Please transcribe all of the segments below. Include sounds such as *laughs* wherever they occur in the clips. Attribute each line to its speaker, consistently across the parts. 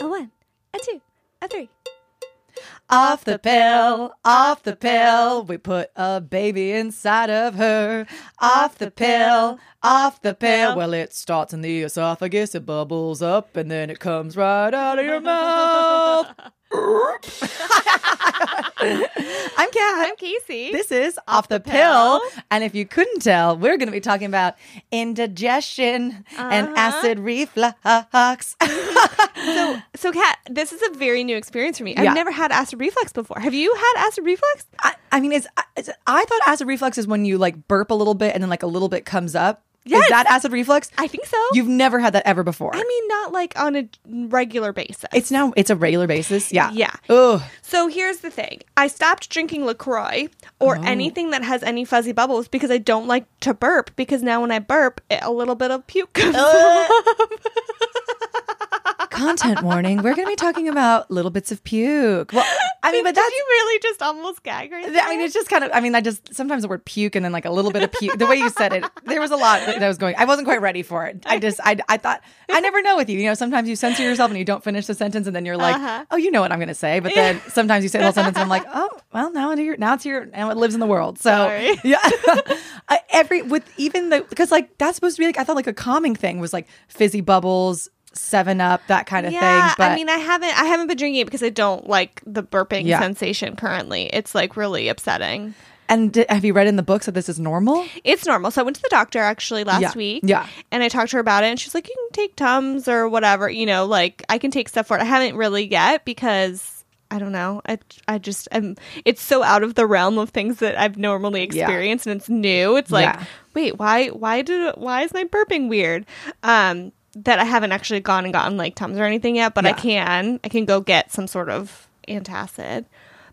Speaker 1: a one, a two, a three.
Speaker 2: Off the pill, off the pill, we put a baby inside of her. Off the pill, off the pill. Well, it starts in the esophagus, it bubbles up, and then it comes right out of your mouth. *laughs* I'm Kat.
Speaker 1: I'm Casey.
Speaker 2: This is Off the Pill. And if you couldn't tell, we're going to be talking about indigestion and acid reflux.
Speaker 1: so, so Kat, this is a very new experience for me. I've
Speaker 2: Yeah.
Speaker 1: never had acid reflux before. Have you had acid reflux?
Speaker 2: I, I mean, it's, it's I thought acid reflux is when you like burp a little bit and then like a little bit comes up.
Speaker 1: Yes.
Speaker 2: Is that acid reflux?
Speaker 1: I think so.
Speaker 2: You've never had that ever before.
Speaker 1: I mean, not like on a regular basis.
Speaker 2: it's now it's a regular basis. Yeah.
Speaker 1: Yeah.
Speaker 2: Oh,
Speaker 1: So here's the thing. I stopped drinking LaCroix or anything that has any fuzzy bubbles because I don't like to burp because now when I burp, it, a little bit of puke comes
Speaker 2: Oh, content warning. We're going to be talking about little bits of puke. Well, I mean, but
Speaker 1: *laughs* Did
Speaker 2: that's
Speaker 1: you really just almost gag right there?
Speaker 2: I mean, it's just kind of. I mean, I just sometimes the word puke and then like a little bit of puke. The way you said it, there was a lot that I was going. I wasn't quite ready for it. I just, I, I thought, I never know with you. You know, sometimes you censor yourself and you don't finish the sentence, and then you're like,
Speaker 1: Uh-huh.
Speaker 2: oh, you know what I'm going to say. But then sometimes you say the whole sentence, and I'm
Speaker 1: *laughs*
Speaker 2: like, oh, well, now it here, now it's here, now it lives in the world. So
Speaker 1: Sorry.
Speaker 2: *laughs* yeah, uh, every with even the because like that's supposed to be like I thought like a calming thing was like fizzy bubbles, Seven Up, that kind of
Speaker 1: yeah,
Speaker 2: thing. But
Speaker 1: I mean, I haven't, I haven't been drinking it because I don't like the burping
Speaker 2: Yeah.
Speaker 1: sensation currently. It's like really upsetting.
Speaker 2: and d- have you read in the books that this is normal?
Speaker 1: It's normal. So I went to the doctor actually last
Speaker 2: Yeah.
Speaker 1: week.
Speaker 2: Yeah.
Speaker 1: And I talked to her about it, and she's like, "You can take Tums or whatever. You know, like I can take stuff for it. I haven't really yet because I don't know. I I just am. It's so out of the realm of things that I've normally
Speaker 2: Yeah.
Speaker 1: experienced, and it's new. It's like,
Speaker 2: Yeah.
Speaker 1: wait, why why did why is my burping weird? Um, that I haven't actually gone and gotten like Tums or anything yet, but I
Speaker 2: Yeah.
Speaker 1: can I can go get some sort of antacid.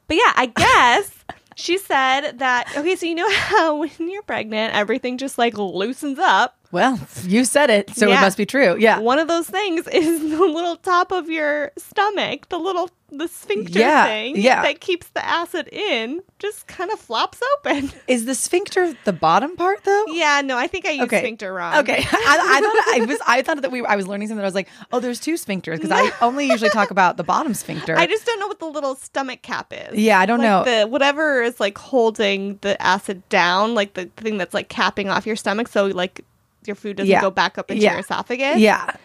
Speaker 1: But yeah, I guess
Speaker 2: *laughs*
Speaker 1: she said that. Okay, so you know how *laughs* when you're pregnant, everything just like loosens up.
Speaker 2: Well, you said it, so
Speaker 1: Yeah.
Speaker 2: it must be true. Yeah.
Speaker 1: One of those things *laughs* is the little top of your stomach, the little the sphincter
Speaker 2: Yeah,
Speaker 1: thing
Speaker 2: yeah.
Speaker 1: that keeps the acid in, just kind of flops open. *laughs*
Speaker 2: Is the sphincter the bottom part though?
Speaker 1: Yeah, no, I think I used
Speaker 2: Okay.
Speaker 1: sphincter wrong.
Speaker 2: Okay. *laughs* I, I thought I was I thought that we I was learning something that I was like, oh, there's two sphincters because I only usually talk about the bottom sphincter.
Speaker 1: *laughs* I just don't know what the little stomach cap is.
Speaker 2: Yeah, I don't
Speaker 1: Like
Speaker 2: know.
Speaker 1: The whatever is like holding the acid down, like the thing that's like capping off your stomach so like your food doesn't
Speaker 2: Yeah.
Speaker 1: go back up into
Speaker 2: Yeah.
Speaker 1: your esophagus.
Speaker 2: yeah.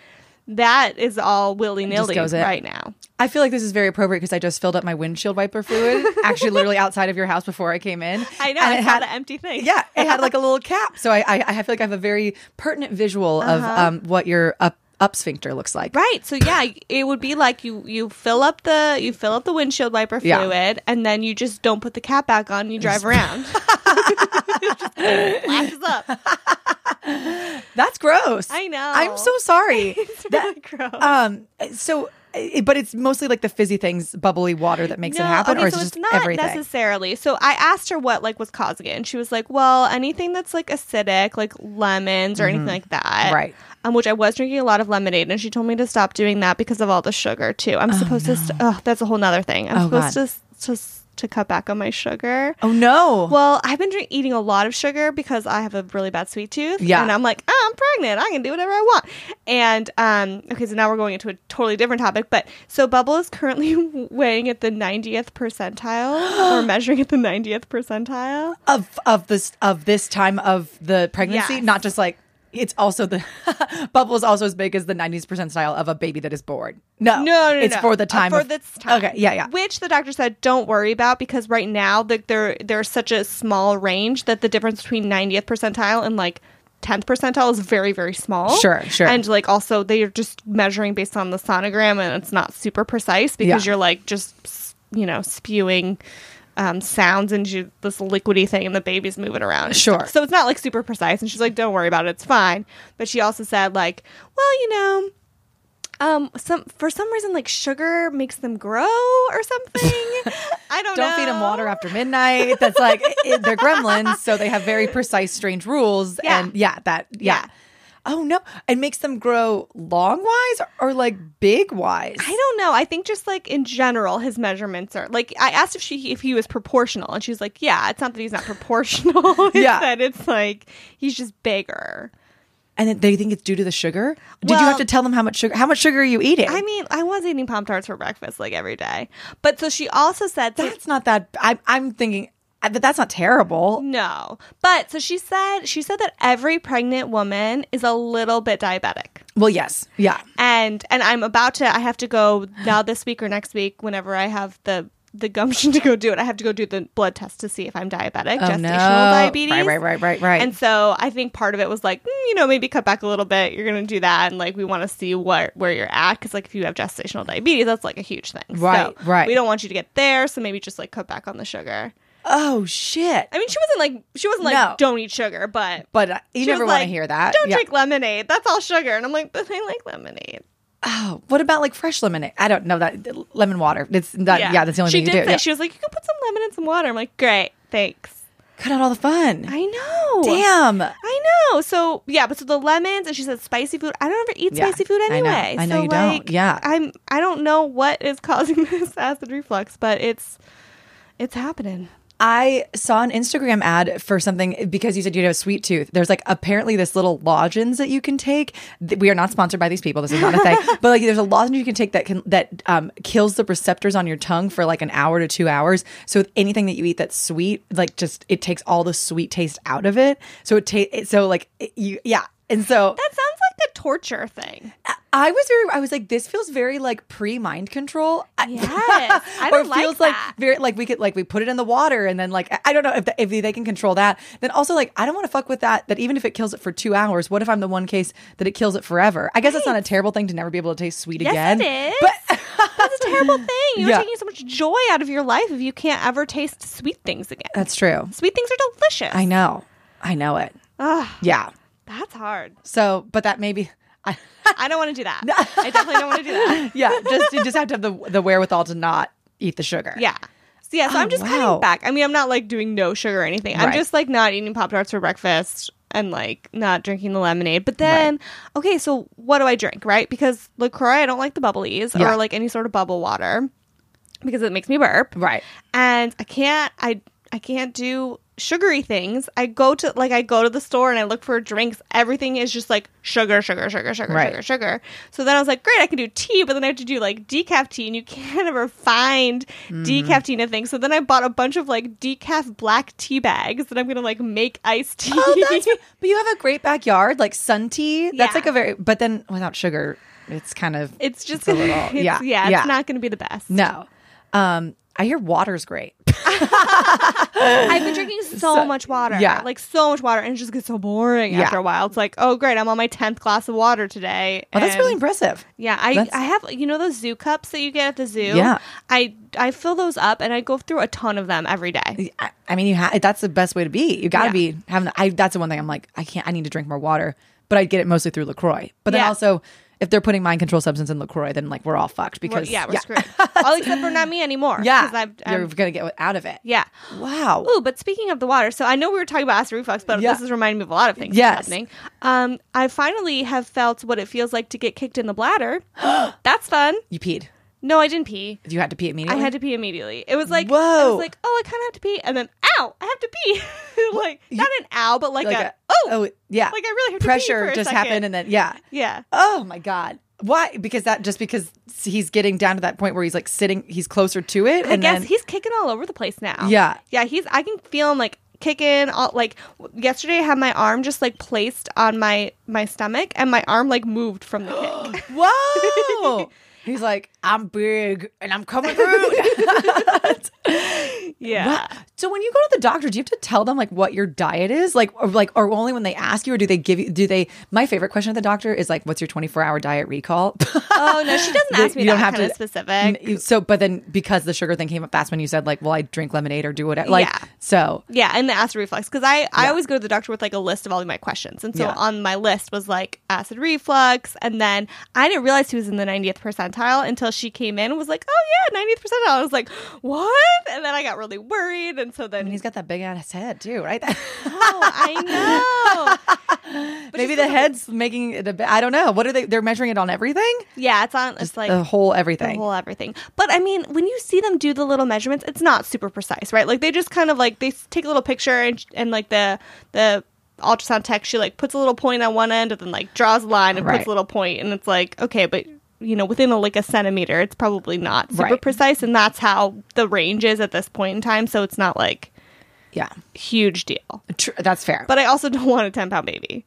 Speaker 1: That is all willy nilly
Speaker 2: goes in.
Speaker 1: right now.
Speaker 2: I feel like this is very appropriate because I just filled up my windshield wiper
Speaker 1: *laughs*
Speaker 2: fluid actually literally outside of your house before I came in.
Speaker 1: I know,
Speaker 2: And
Speaker 1: I
Speaker 2: it
Speaker 1: saw
Speaker 2: had-
Speaker 1: the empty thing.
Speaker 2: Yeah, it had
Speaker 1: *laughs*
Speaker 2: like a little cap. So I, I, I feel like I have a very pertinent visual of um, what your up, up sphincter looks like.
Speaker 1: Uh-huh. Right. So yeah, it would be like you you fill up the you fill up the windshield wiper
Speaker 2: Yeah.
Speaker 1: fluid and then you just don't put the cap back on, you drive around. *laughs*
Speaker 2: *laughs*
Speaker 1: It just flashes up.
Speaker 2: That's gross.
Speaker 1: I know.
Speaker 2: I'm so sorry.
Speaker 1: *laughs* It's really gross.
Speaker 2: Um. So, i- but it's mostly like the fizzy things, bubbly water that makes it happen,
Speaker 1: okay,
Speaker 2: or is
Speaker 1: so
Speaker 2: it
Speaker 1: it's
Speaker 2: just
Speaker 1: not
Speaker 2: everything?
Speaker 1: necessarily. So I asked her what like was causing it, and she was like, "Well, anything that's like acidic, like lemons or anything like that,
Speaker 2: Mm-hmm. Right.
Speaker 1: Um, which I was drinking a lot of lemonade, and she told me to stop doing that because of all the sugar too. I'm supposed to. St- oh, that's a whole nother thing. I'm
Speaker 2: Oh,
Speaker 1: supposed
Speaker 2: God.
Speaker 1: to to s- to cut back on my sugar.
Speaker 2: oh no!
Speaker 1: Well, I've been drink- eating a lot of sugar because I have a really bad sweet tooth.
Speaker 2: Yeah.
Speaker 1: And I'm like, oh, I'm pregnant. I can do whatever I want. And, um, okay, so now we're going into a totally different topic. But so Bubble is currently *laughs* weighing at the 90th percentile.
Speaker 2: *gasps*
Speaker 1: we're measuring at the 90th percentile.
Speaker 2: of of this of this time of the pregnancy,
Speaker 1: Yes.
Speaker 2: not just like it's also the *laughs* bubble is also as big as the 90s percentile of a baby that is born. No,
Speaker 1: No, no,
Speaker 2: it's
Speaker 1: no.
Speaker 2: for the
Speaker 1: Uh,
Speaker 2: time
Speaker 1: for
Speaker 2: of-
Speaker 1: this time.
Speaker 2: Okay, yeah, yeah.
Speaker 1: Which the doctor said, don't worry about because right now the, there there's such a small range that the difference between 90th percentile and like 10th percentile is very very small.
Speaker 2: Sure, sure.
Speaker 1: And like also they are just measuring based on the sonogram and it's not super precise because
Speaker 2: Yeah.
Speaker 1: you're like just you know spewing. Um, sounds into this liquidy thing, and the baby's moving around. and
Speaker 2: Sure.
Speaker 1: stuff. So it's not like super precise. And she's like, "Don't worry about it. It's fine." But she also said, like, "Well, you know, um, some for some reason, like sugar makes them grow or something.
Speaker 2: *laughs*
Speaker 1: I don't, know.
Speaker 2: Don't feed them water after midnight. That's like it, they're gremlins, so they have very precise, strange rules.
Speaker 1: Yeah.
Speaker 2: And yeah, that yeah.
Speaker 1: Yeah.
Speaker 2: Oh no! It makes them grow long wise or, or like big wise.
Speaker 1: I don't know. I think just like in general, his measurements are like. I asked if she if he was proportional, and she was like, "Yeah, *laughs* it's not that he's not proportional. it's
Speaker 2: Yeah.
Speaker 1: that it's like he's just bigger."
Speaker 2: and then they think it's due to the sugar. Did you have
Speaker 1: Well-
Speaker 2: to tell them how much sugar? How much sugar are you eating?
Speaker 1: I mean, I was eating Pop Tarts for breakfast like every day. But so she also said that
Speaker 2: that's not that. I, I'm thinking,
Speaker 1: uh,
Speaker 2: I- but that's not terrible.
Speaker 1: no. But so she said she said that every pregnant woman is a little bit diabetic.
Speaker 2: Well, yes, yeah.
Speaker 1: And and I'm about to I have to go now this week or next week whenever I have the the gumption *laughs* to go do it. I have to go do the blood test to see if I'm diabetic, gestational diabetes.
Speaker 2: Oh, Right, right, right, right, right.
Speaker 1: And so I think part of it was like, mm, you know, maybe cut back a little bit. You're going to do that. And like, we want to see what, where you're at. Cause like, if you have gestational diabetes, that's like a huge thing. So
Speaker 2: Right, right.
Speaker 1: We don't want you to get there. So maybe just like cut back on the sugar.
Speaker 2: oh shit!
Speaker 1: I mean, she wasn't like, she wasn't like,
Speaker 2: No.
Speaker 1: don't eat sugar, but
Speaker 2: But uh, you
Speaker 1: she
Speaker 2: never
Speaker 1: was
Speaker 2: want
Speaker 1: like,
Speaker 2: to hear that.
Speaker 1: Don't
Speaker 2: Yeah.
Speaker 1: drink lemonade. That's all sugar. And I'm like, but I like lemonade.
Speaker 2: Oh, what about like fresh lemonade? I don't know that lemon water. It's that, Uh, yeah. that's the only
Speaker 1: she
Speaker 2: thing you
Speaker 1: did
Speaker 2: do.
Speaker 1: Say,
Speaker 2: Yeah.
Speaker 1: She was like, you can put some lemon and some water. I'm like, great. Thanks.
Speaker 2: Cut out all the fun.
Speaker 1: I know.
Speaker 2: Damn.
Speaker 1: I know. So yeah, but so the lemons and she said spicy food. I don't ever eat
Speaker 2: Yeah,
Speaker 1: spicy food
Speaker 2: I know.
Speaker 1: anyway.
Speaker 2: I know
Speaker 1: so,
Speaker 2: you don't.
Speaker 1: like,
Speaker 2: Yeah.
Speaker 1: I'm. I don't know what is *laughs* causing this acid reflux, but it's it's happening.
Speaker 2: I saw an Instagram ad for something because you said you had a sweet tooth. There's like apparently this little lozenges that you can take. Th- We are not sponsored by these people. This is not a thing. but like there's a lozenge you can take that can that um, kills the receptors on your tongue for like an hour to two hours. So with anything that you eat that's sweet, like just it takes all the sweet taste out of it. So it tastes so like it, you yeah. And so
Speaker 1: That sounds like a torture thing.
Speaker 2: I was very, I was like, this feels very like pre mind control. I- *laughs*
Speaker 1: Yes. I
Speaker 2: or
Speaker 1: don't
Speaker 2: it
Speaker 1: like
Speaker 2: feels
Speaker 1: that.
Speaker 2: like very, like we could, like we put it in the water and then like, I- I don't know if, the, if they can control that. Then also like, I don't want to fuck with that, that even if it kills it for two hours, what if I'm the one case that it kills it forever? I guess it's not a terrible thing to never be able to taste sweet
Speaker 1: Yes,
Speaker 2: again.
Speaker 1: it is.
Speaker 2: But *laughs*
Speaker 1: That's a terrible thing. You're
Speaker 2: Yeah.
Speaker 1: taking so much joy out of your life if you can't ever taste sweet things again.
Speaker 2: that's true.
Speaker 1: sweet things are delicious.
Speaker 2: Uh, I know. I know it.
Speaker 1: Ugh,
Speaker 2: Yeah.
Speaker 1: that's hard.
Speaker 2: So, but that maybe, *laughs* I,
Speaker 1: I don't want to
Speaker 2: *laughs*
Speaker 1: do that. I definitely don't want to do that.
Speaker 2: yeah, just, you just have to have the, the wherewithal to not eat the sugar. Oh,
Speaker 1: Yeah. So yeah, so I'm just
Speaker 2: wow.
Speaker 1: cutting back. I mean, I'm not like doing no sugar or anything. I'm
Speaker 2: Right.
Speaker 1: just like not eating Pop Tarts for breakfast and like not drinking the lemonade. But then, okay, so what do I drink, right? Because LaCroix, I don't like the bubblies
Speaker 2: Yeah.
Speaker 1: or like any sort of bubble water because it makes me burp.
Speaker 2: Right.
Speaker 1: And I can't I I can't do sugary things. I go to like I go to the store and I look for drinks. Everything is just like sugar, sugar, sugar, sugar,
Speaker 2: Right.
Speaker 1: sugar, sugar. So then I was like, great, I can do tea, but then I have to do like decaf tea, and you can't *laughs* ever find
Speaker 2: Mm-hmm.
Speaker 1: decaf tea in a thing. So then I bought a bunch of like decaf black tea bags that I'm gonna like make iced tea. *laughs*
Speaker 2: Oh, that's *laughs* but you have a great backyard, like sun tea. That's
Speaker 1: Yeah.
Speaker 2: like a very but then without sugar, it's kind of
Speaker 1: it's just
Speaker 2: a
Speaker 1: *laughs* gonna-
Speaker 2: little-
Speaker 1: it's-
Speaker 2: yeah,
Speaker 1: yeah,
Speaker 2: yeah.
Speaker 1: it's not gonna be the best.
Speaker 2: no. Um, I hear water's great.
Speaker 1: I've
Speaker 2: *laughs*
Speaker 1: been drinking so, much water.
Speaker 2: yeah.
Speaker 1: Like so much water. And it just gets so boring
Speaker 2: Yeah.
Speaker 1: after a while. It's like, oh great, I'm on my tenth glass of water today.
Speaker 2: Oh, that's really
Speaker 1: and-
Speaker 2: impressive.
Speaker 1: Yeah, I,
Speaker 2: That's-
Speaker 1: I have you know those zoo cups that you get at the zoo?
Speaker 2: Yeah.
Speaker 1: I I fill those up and I go through a ton of them every day.
Speaker 2: I, I mean, you ha- that's the best way to be. You got to
Speaker 1: Yeah.
Speaker 2: be having. I that's the one thing I'm like, I can't. I need to drink more water, but I get it mostly through Lacroix. But then
Speaker 1: Yeah.
Speaker 2: also, if they're putting mind control substance in Lacroix, then like we're all fucked
Speaker 1: We're-
Speaker 2: because
Speaker 1: yeah, we're screwed. All except for not me anymore.
Speaker 2: *laughs* Yeah,
Speaker 1: 'cause I've-
Speaker 2: you're
Speaker 1: I'm-
Speaker 2: gonna get out of it.
Speaker 1: yeah.
Speaker 2: Wow.
Speaker 1: Ooh, but speaking of the water, so I know we were talking about acid reflux, but
Speaker 2: Yeah.
Speaker 1: this is reminding me of a lot of things
Speaker 2: Yes.
Speaker 1: that's happening. Um, I finally have felt what it feels like to get kicked in
Speaker 2: *gasps*
Speaker 1: the bladder. that's fun.
Speaker 2: You peed.
Speaker 1: No, I didn't pee.
Speaker 2: You had to pee immediately.
Speaker 1: I had to pee immediately. It was like I
Speaker 2: Whoa.
Speaker 1: was like, oh, I kind of have to pee, and then ow, I have to pee. *laughs* like not an ow, but like,
Speaker 2: like
Speaker 1: a,
Speaker 2: a-
Speaker 1: oh,
Speaker 2: oh yeah.
Speaker 1: like I really have to pee
Speaker 2: pressure
Speaker 1: for a
Speaker 2: just
Speaker 1: second.
Speaker 2: happened, and then yeah.
Speaker 1: yeah.
Speaker 2: Oh my god. Why? Because that just because he's getting down to that point where he's like sitting, he's closer to it.
Speaker 1: I
Speaker 2: and
Speaker 1: guess
Speaker 2: then,
Speaker 1: he's kicking all over the place now.
Speaker 2: Yeah.
Speaker 1: yeah, he's. I can feel him like kicking all like w- yesterday. I had my arm just like placed on my my stomach, and my arm like moved from the
Speaker 2: *gasps*
Speaker 1: kick.
Speaker 2: *laughs*
Speaker 1: *laughs*
Speaker 2: whoa. he's like, I'm big and I'm coming through. *laughs*
Speaker 1: Yeah.
Speaker 2: Wow. so when you go to the doctor, do you have to tell them like what your diet is, like or like or only when they ask you, or do they give you? Do they? My favorite question at the doctor is like, "What's your 24 hour diet recall?" *laughs*
Speaker 1: Oh no, she doesn't
Speaker 2: They-
Speaker 1: ask me
Speaker 2: you
Speaker 1: that
Speaker 2: don't have
Speaker 1: kind
Speaker 2: to-
Speaker 1: of specific.
Speaker 2: You- so, but then because the sugar thing came up, that's when you said like, "Well, I drink lemonade or do whatever." Like,
Speaker 1: Yeah.
Speaker 2: so
Speaker 1: Yeah, and the acid reflux because I I always go to the doctor with like a list of all of my questions, and so
Speaker 2: Yeah.
Speaker 1: on my list was like acid reflux, and then I didn't realize he was in the 90th percentile until she came in and was like, oh yeah, 90th percentile. I was like, what? And then I got really worried, and so then *laughs*
Speaker 2: And he's got that big ass head too, right? *laughs*
Speaker 1: oh, I know,
Speaker 2: Maybe the head's making it a bit. I don't know. What are they? They're measuring it on everything,
Speaker 1: *laughs* yeah, it's on. It's like
Speaker 2: the whole everything.
Speaker 1: the whole everything. But I mean, when you see them do the little measurements, it's not super precise, right? Like they just kind of like they s- take a little picture and, and like the the ultrasound tech, she like puts a little point on one end and then like draws a line and
Speaker 2: Right.
Speaker 1: puts a little point, and it's like okay, but you know within a, like a centimeter, it's probably not super
Speaker 2: Right.
Speaker 1: precise, and that's how the range is at this point in time. So it's not like
Speaker 2: Yeah,
Speaker 1: huge deal.
Speaker 2: Tr- that's fair.
Speaker 1: But I also don't *laughs* want a ten pound baby.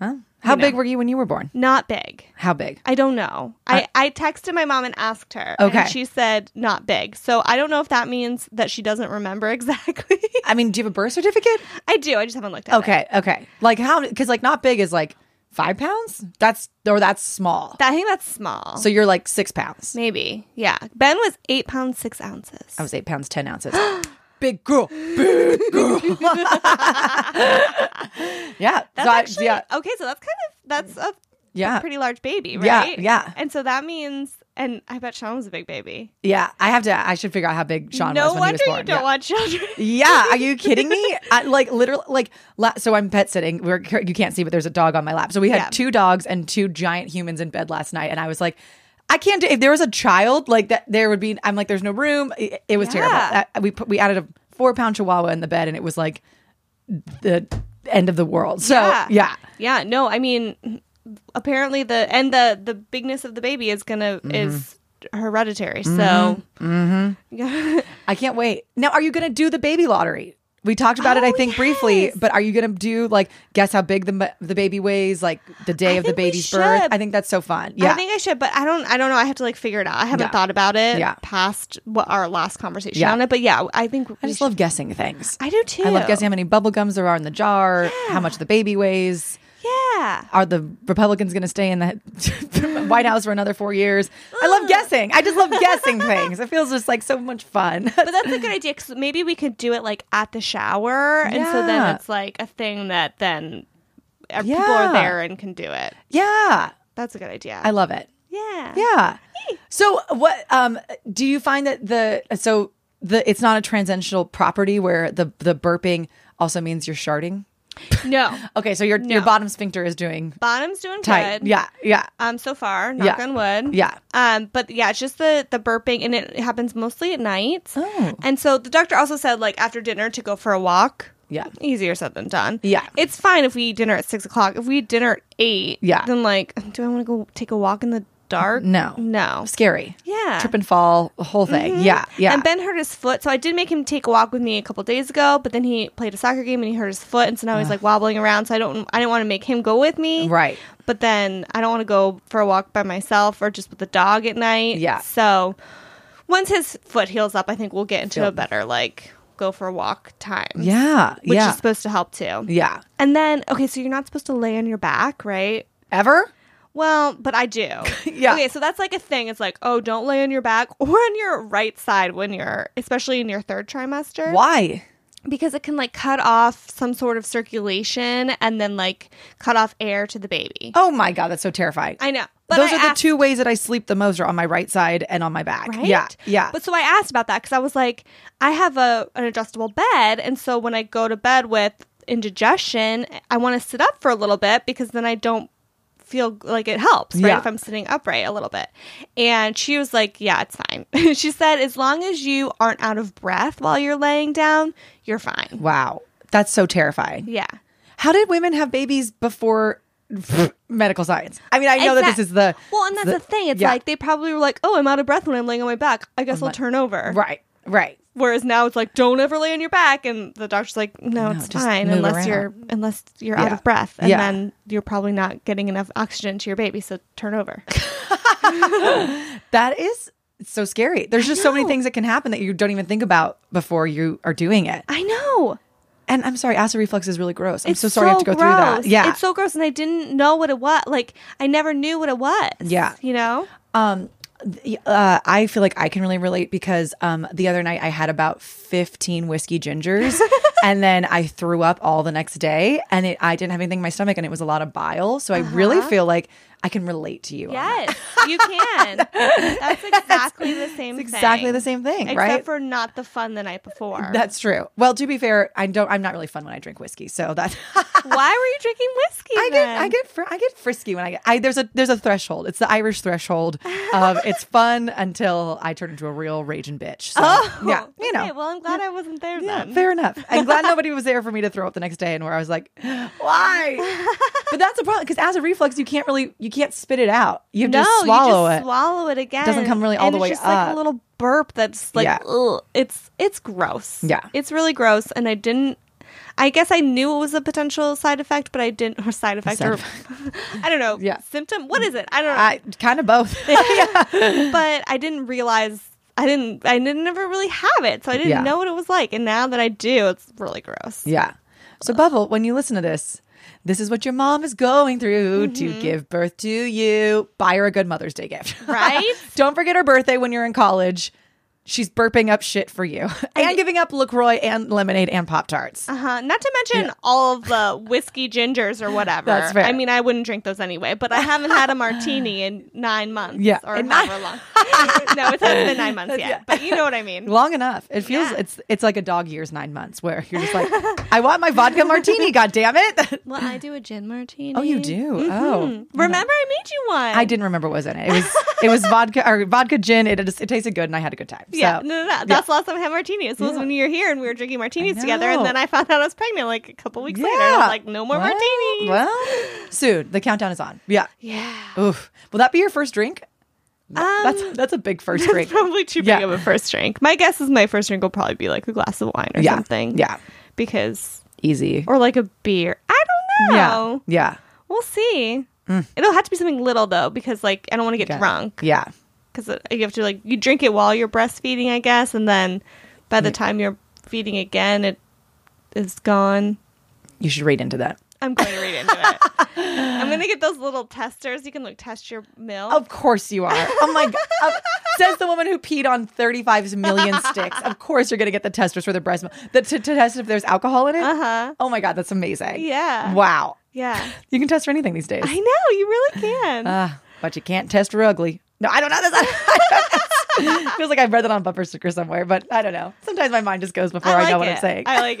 Speaker 2: Huh? how
Speaker 1: you
Speaker 2: big
Speaker 1: know.
Speaker 2: were you when you were born?
Speaker 1: Not big.
Speaker 2: How big?
Speaker 1: I don't know. I, I texted my mom and asked her.
Speaker 2: Okay.
Speaker 1: And she said not big. So I don't know if that means that she doesn't remember *laughs* exactly.
Speaker 2: I mean, do you have a birth certificate?
Speaker 1: I do. I just haven't looked at it.
Speaker 2: Okay, okay. Like how? Because like not big is like five pounds. That's or that's small.
Speaker 1: That- I think that's small.
Speaker 2: so you're like six pounds.
Speaker 1: Maybe. Yeah. Ben was eight pounds, six ounces.
Speaker 2: I was eight pounds ten
Speaker 1: *gasps*
Speaker 2: ounces. big girl, big
Speaker 1: *laughs*
Speaker 2: girl. *laughs* yeah,
Speaker 1: that's
Speaker 2: so I-
Speaker 1: actually,
Speaker 2: yeah,
Speaker 1: Okay. So that's kind of, that's a
Speaker 2: yeah,
Speaker 1: pretty large baby,
Speaker 2: Yeah,
Speaker 1: right?
Speaker 2: yeah.
Speaker 1: And so that means, and I bet Sean was a big baby.
Speaker 2: yeah. I have to. I should figure out how big Sean
Speaker 1: no
Speaker 2: was when he was
Speaker 1: wonder
Speaker 2: born.
Speaker 1: you don't
Speaker 2: yeah.
Speaker 1: want children.
Speaker 2: Yeah, are you kidding me? I, like literally, like la- so. I'm pet sitting. We're you can't see, but there's a dog on my lap. So we had
Speaker 1: Yeah.
Speaker 2: two dogs and two giant humans in bed last night, and I was like, I can't do. If there was a child, like that, there would be. I'm like, there's no room. It, it was terrible.
Speaker 1: Yeah.
Speaker 2: That- we put we added a four pound Chihuahua in the bed, and it was like the end of the world. So yeah,
Speaker 1: Yeah, no, I mean apparently the and the the bigness of the baby is going to
Speaker 2: Mm-hmm.
Speaker 1: is hereditary. So
Speaker 2: Mm-hmm.
Speaker 1: *laughs*
Speaker 2: I can't wait. Now, are you going to do the baby lottery? We talked about it, I
Speaker 1: Oh,
Speaker 2: think, briefly, but are you going to do like guess how big the ma- the baby weighs, like the day
Speaker 1: I
Speaker 2: of the
Speaker 1: think we
Speaker 2: baby's birth?
Speaker 1: should.
Speaker 2: I think that's so fun. Yeah.
Speaker 1: I think I should, but I don't I don't know, I have to like figure it out. I haven't
Speaker 2: Yeah.
Speaker 1: thought about it
Speaker 2: Yeah.
Speaker 1: past what our last conversation
Speaker 2: Yeah.
Speaker 1: on it, but yeah, I think
Speaker 2: I just love guessing things.
Speaker 1: I do too.
Speaker 2: I love guessing how many bubble gums there are in the jar, how much the baby weighs.
Speaker 1: Yeah.
Speaker 2: Are the Republicans going to stay in the *laughs* White House for another four years? I love guessing. I just love
Speaker 1: *laughs*
Speaker 2: guessing things. It feels just like so much fun. *laughs*
Speaker 1: But that's
Speaker 2: *clears throat*
Speaker 1: a good idea cuz maybe we could do it like at the shower and so
Speaker 2: Yeah.
Speaker 1: then it's like a thing that then uh, people
Speaker 2: Yeah.
Speaker 1: are there and can do it.
Speaker 2: yeah,
Speaker 1: That's a good idea.
Speaker 2: I love it.
Speaker 1: yeah.
Speaker 2: Yeah. So what um do you find that the so the it's not a transitional property where the the burping also means you're sharding?
Speaker 1: No.
Speaker 2: Okay, so your your
Speaker 1: No.
Speaker 2: bottom sphincter is doing
Speaker 1: Bottom's doing
Speaker 2: tight.
Speaker 1: good.
Speaker 2: Yeah, yeah.
Speaker 1: Um, so far, knock
Speaker 2: Yeah.
Speaker 1: on wood.
Speaker 2: Yeah.
Speaker 1: Um, but yeah, it's just the the burping, and it happens mostly at night.
Speaker 2: Oh.
Speaker 1: And so the doctor also said, like after dinner, to go for a walk.
Speaker 2: Yeah.
Speaker 1: Easier said than done.
Speaker 2: Yeah.
Speaker 1: It's fine if we eat dinner at six o'clock. If we eat dinner at eight,
Speaker 2: Yeah.
Speaker 1: Then like, do I want to go take a walk in the dark?
Speaker 2: No.
Speaker 1: No.
Speaker 2: Scary.
Speaker 1: Yeah. Mm-hmm.
Speaker 2: Trip and fall, the whole thing. Yeah, yeah.
Speaker 1: And Ben hurt his foot, so I did make him take a walk with me a couple days ago. But then he played a soccer game and he hurt his foot, and so now he's like wobbling around. So I don't, I didn't want to make him go with me,
Speaker 2: Right.
Speaker 1: But then I don't want to go for a walk by myself or just with the dog at night.
Speaker 2: Yeah.
Speaker 1: So once his foot heals up, I think we'll get into
Speaker 2: Feel-
Speaker 1: a better like go for a walk time.
Speaker 2: yeah,
Speaker 1: Which
Speaker 2: yeah.
Speaker 1: is supposed to help too.
Speaker 2: yeah.
Speaker 1: And then okay, so you're not supposed to lay on your back, right?
Speaker 2: Ever?
Speaker 1: Well, but I do.
Speaker 2: *laughs* Yeah.
Speaker 1: Okay, so that's like a thing. It's like, oh, don't lay on your back *laughs* or on your right side when you're, especially in your third trimester.
Speaker 2: Why?
Speaker 1: Because it can like cut off some sort of circulation and then like cut off air to the baby.
Speaker 2: Oh my god, that's so terrifying.
Speaker 1: I know. But
Speaker 2: Those
Speaker 1: I
Speaker 2: are the
Speaker 1: asked-
Speaker 2: two ways that I sleep the most are on my right side and on my back.
Speaker 1: right?
Speaker 2: Yeah. Yeah.
Speaker 1: But so I asked about that because I was like, I have a an adjustable bed, and so when I go to bed with indigestion, I want to sit up for a little bit because then I don't feel like it helps, right?
Speaker 2: Yeah.
Speaker 1: If I'm sitting upright a little bit. And she was like, Yeah, it's fine. *laughs* she said, as long as you aren't out of breath while you're laying down, you're fine.
Speaker 2: wow. That's so terrifying.
Speaker 1: Yeah.
Speaker 2: How did women have babies before *laughs* medical science? I mean, I know that this
Speaker 1: Exact-
Speaker 2: is the
Speaker 1: Well, and that's the, thing. It's
Speaker 2: yeah.
Speaker 1: like they probably were like, "Oh, I'm out of breath when I'm laying on my back. I guess I'll
Speaker 2: like-
Speaker 1: turn over."
Speaker 2: right, right.
Speaker 1: Whereas now it's like, don't ever lay on your back, and the doctor's like, no,
Speaker 2: No,
Speaker 1: it's
Speaker 2: just
Speaker 1: fine
Speaker 2: move
Speaker 1: unless
Speaker 2: around.
Speaker 1: you're unless you're out
Speaker 2: Yeah.
Speaker 1: of breath, and
Speaker 2: Yeah.
Speaker 1: then you're probably not getting enough oxygen to your baby, so turn over.
Speaker 2: That is so scary. There's just so many
Speaker 1: know.
Speaker 2: things that can happen that you don't even think about before you are doing it.
Speaker 1: *laughs* I know.
Speaker 2: And I'm sorry, acid reflux is really gross. I'm
Speaker 1: It's
Speaker 2: so sorry you have to go through that.
Speaker 1: gross.
Speaker 2: Yeah.
Speaker 1: it's so gross, and I didn't know what it was. Like I never knew what it was.
Speaker 2: Yeah.
Speaker 1: you know.
Speaker 2: um th- uh, I feel like I can really relate because um, the other night I had about 15 whiskey
Speaker 1: *laughs*
Speaker 2: gingers and then I threw up all the next day and it, I didn't have anything in my stomach and it was a lot of bile. So I
Speaker 1: Uh-huh.
Speaker 2: really feel like I can relate to you. on that.
Speaker 1: *laughs* Yes, you can. Oh, That's exactly *laughs* the same.
Speaker 2: It's exactly
Speaker 1: thing.
Speaker 2: the same thing,
Speaker 1: Except
Speaker 2: right?
Speaker 1: for not the fun the night before.
Speaker 2: That's true. Well, to be fair, I don't. I'm not really fun when I drink whiskey, so that
Speaker 1: *laughs* Why were you drinking whiskey?
Speaker 2: I get
Speaker 1: then?
Speaker 2: I get fr- I get frisky when I get. I, there's a there's a threshold. It's the Irish threshold of
Speaker 1: *laughs*
Speaker 2: it's fun until I turn into a real raging bitch. So,
Speaker 1: Oh,
Speaker 2: yeah, you know.
Speaker 1: okay, well, I'm glad I wasn't there
Speaker 2: Yeah,
Speaker 1: then.
Speaker 2: fair enough. I'm
Speaker 1: *laughs*
Speaker 2: glad nobody was there for me to throw up the next day and where I was like, *gasps*
Speaker 1: *laughs*
Speaker 2: why? but that's a problem because as a reflex, you can't really, you can't spit it out. You have
Speaker 1: no,
Speaker 2: to swallow
Speaker 1: you just
Speaker 2: it.
Speaker 1: swallow it again.
Speaker 2: Doesn't come really all
Speaker 1: and
Speaker 2: the
Speaker 1: it's
Speaker 2: way
Speaker 1: just like
Speaker 2: up.
Speaker 1: a little burp that's like,
Speaker 2: Yeah.
Speaker 1: ugh, it's it's gross.
Speaker 2: Yeah.
Speaker 1: it's really gross. And I didn't. I guess I knew it was a potential side effect, but I didn't. Or side effect,
Speaker 2: Side
Speaker 1: *laughs* or I don't know.
Speaker 2: Yeah.
Speaker 1: symptom. What is it? I don't know.
Speaker 2: I *laughs* kind of both.
Speaker 1: *laughs*
Speaker 2: *laughs*
Speaker 1: but I didn't realize. I didn't. I didn't ever really have it, so I didn't
Speaker 2: Yeah.
Speaker 1: know what it was like. And now that I do, it's really gross.
Speaker 2: Yeah. So, Bubble, when you listen to this, this is what your mom is going through
Speaker 1: Mm-hmm.
Speaker 2: to give birth to you. Buy her a good Mother's Day gift. *laughs*
Speaker 1: Right?
Speaker 2: Don't forget her birthday when you're in college. She's burping up shit for you and giving up LaCroix and lemonade and Pop Tarts.
Speaker 1: Uh huh. Not to mention all of the whiskey gingers or whatever.
Speaker 2: That's fair.
Speaker 1: I mean, I wouldn't drink those anyway, but I haven't had a martini in nine months.
Speaker 2: Yeah.
Speaker 1: Or
Speaker 2: In
Speaker 1: however long. *laughs* no, it hasn't been nine months yet, but you know what I mean.
Speaker 2: Long enough. It feels
Speaker 1: Yeah.
Speaker 2: it's it's like a dog years nine months where you're just like, I want my vodka
Speaker 1: *laughs*
Speaker 2: martini, god damn it.
Speaker 1: Well, I do a gin martini.
Speaker 2: oh, you do.
Speaker 1: Mm-hmm.
Speaker 2: Oh.
Speaker 1: Remember, I made you one.
Speaker 2: I didn't remember what was in it. It was it was vodka or vodka gin. It, it tasted good and I had a good time.
Speaker 1: Yeah,
Speaker 2: So-
Speaker 1: no, no, no. That's the last time I had martinis. It was
Speaker 2: Yeah.
Speaker 1: when you were here and we were drinking martinis together, and
Speaker 2: know.
Speaker 1: then I found out I was pregnant like a couple weeks later. And I was like, no more
Speaker 2: Well,
Speaker 1: martinis.
Speaker 2: Well, soon the countdown is on. Yeah. *laughs*
Speaker 1: Yeah.
Speaker 2: Oof. Will that be your first drink?
Speaker 1: Um,
Speaker 2: that's that's a big first drink.
Speaker 1: probably too
Speaker 2: Yeah.
Speaker 1: big of a first drink. My guess is my first drink will probably be like a glass of wine or
Speaker 2: Yeah.
Speaker 1: something.
Speaker 2: Yeah.
Speaker 1: Because
Speaker 2: Easy.
Speaker 1: or like a beer. I don't
Speaker 2: Yeah.
Speaker 1: know.
Speaker 2: Yeah.
Speaker 1: We'll see. It'll have to be something little though, because like I don't want to get
Speaker 2: Mm. Yeah.
Speaker 1: drunk.
Speaker 2: Yeah.
Speaker 1: Because you have to like you drink it while you're breastfeeding, I guess, and then by the time you're feeding again, it is gone.
Speaker 2: You should read into that.
Speaker 1: I'm going to read into
Speaker 2: *laughs*
Speaker 1: it. I'm going to get those little testers. You can like test your milk.
Speaker 2: Of course you are. Oh my god. says the woman who peed on 35 million sticks. Of course you're going to get the testers for the breast milk. The, to, to test if there's alcohol in it.
Speaker 1: Uh-huh.
Speaker 2: Oh my god, that's amazing.
Speaker 1: Yeah.
Speaker 2: Wow.
Speaker 1: Yeah,
Speaker 2: You can test for anything these days.
Speaker 1: I know you really can.
Speaker 2: Uh, but you can't test for ugly. No, I don't know *laughs* this. I don't know this. Feels like I've read that on a bumper sticker somewhere, but I don't know. Sometimes my mind just goes before I,
Speaker 1: like
Speaker 2: know what
Speaker 1: it.
Speaker 2: I'm saying.
Speaker 1: I like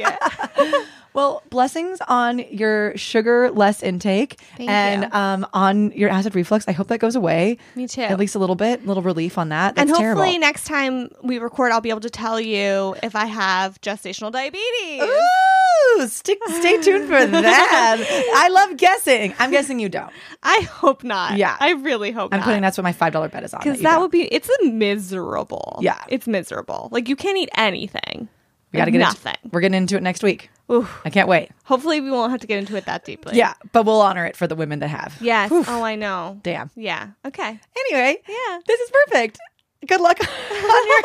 Speaker 2: *laughs*
Speaker 1: it.
Speaker 2: well, blessings on your sugar less intake
Speaker 1: Thank
Speaker 2: and
Speaker 1: you.
Speaker 2: um, on your acid reflux. I hope that goes away.
Speaker 1: Me too.
Speaker 2: At least a little bit, a little relief on that. That's
Speaker 1: and hopefully
Speaker 2: terrible.
Speaker 1: next time we record, I'll be able to tell you if I have gestational diabetes.
Speaker 2: Ooh, stick, stay tuned
Speaker 1: *laughs*
Speaker 2: for that. I love guessing. I'm guessing you don't.
Speaker 1: I hope not.
Speaker 2: Yeah.
Speaker 1: I really hope
Speaker 2: I'm
Speaker 1: not.
Speaker 2: putting that's what my five dollar bet is on.
Speaker 1: because
Speaker 2: you
Speaker 1: that
Speaker 2: don't.
Speaker 1: would be it's miserable.
Speaker 2: Yeah.
Speaker 1: it's miserable. Like you can't eat anything.
Speaker 2: we gotta
Speaker 1: Like,
Speaker 2: get
Speaker 1: nothing.
Speaker 2: Into, we're getting into it next week.
Speaker 1: Oof.
Speaker 2: I can't wait.
Speaker 1: Hopefully, we won't have to get into it that deeply.
Speaker 2: Yeah, but we'll honor it for the women that have.
Speaker 1: Yes.
Speaker 2: Whew.
Speaker 1: Oh, I know.
Speaker 2: Damn.
Speaker 1: Yeah. Okay.
Speaker 2: Anyway,
Speaker 1: Yeah.
Speaker 2: this is perfect. Good luck *laughs* on your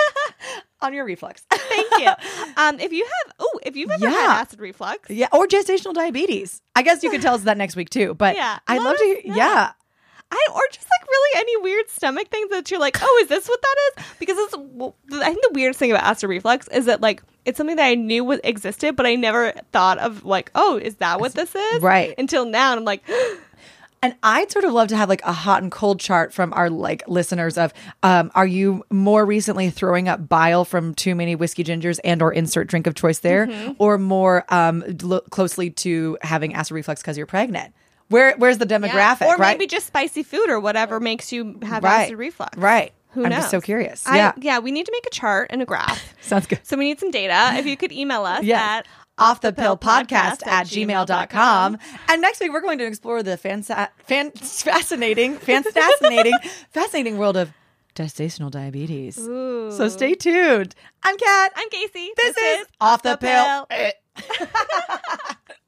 Speaker 2: on your reflux.
Speaker 1: Thank you. um, if you have, oh, if you've ever
Speaker 2: Yeah.
Speaker 1: had acid
Speaker 2: *laughs*
Speaker 1: reflux,
Speaker 2: Yeah, or gestational diabetes. I guess you could tell us that next week too. But
Speaker 1: Yeah,
Speaker 2: I'd
Speaker 1: let
Speaker 2: love to.
Speaker 1: us
Speaker 2: hear
Speaker 1: know.
Speaker 2: Yeah,
Speaker 1: I or just like really any weird stomach things that you're like, oh, is this what that is? Because it's, well, I think the weirdest thing about acid reflux is that like it's something that I knew was existed, but I never thought of like, oh, is that what this is?
Speaker 2: right.
Speaker 1: Until now, and I'm like,
Speaker 2: and I'd sort of love to have like a hot and cold chart from our like listeners of, um, are you more recently throwing up bile from too many whiskey gingers and or insert drink of choice there,
Speaker 1: Mm-hmm.
Speaker 2: or more um lo- closely to having acid reflux because you're pregnant? Where where's the demographic?
Speaker 1: or
Speaker 2: right?
Speaker 1: maybe just spicy food or whatever makes you have
Speaker 2: Right.
Speaker 1: acid reflux.
Speaker 2: Right.
Speaker 1: Who
Speaker 2: I'm
Speaker 1: knows?
Speaker 2: just so curious.
Speaker 1: I-
Speaker 2: yeah.
Speaker 1: yeah. We need to make a chart and a graph.
Speaker 2: *laughs* Sounds good.
Speaker 1: so we need some data. If you could email us
Speaker 2: Yeah.
Speaker 1: at
Speaker 2: Off the pill podcast at
Speaker 1: podcast at
Speaker 2: gmail.com. And next week, we're going to explore the fan, fan, fascinating, fan, fascinating, *laughs* fascinating world of gestational diabetes. So stay tuned. I'm Kat.
Speaker 1: I'm Casey.
Speaker 2: Eh. this, is Off the, pill.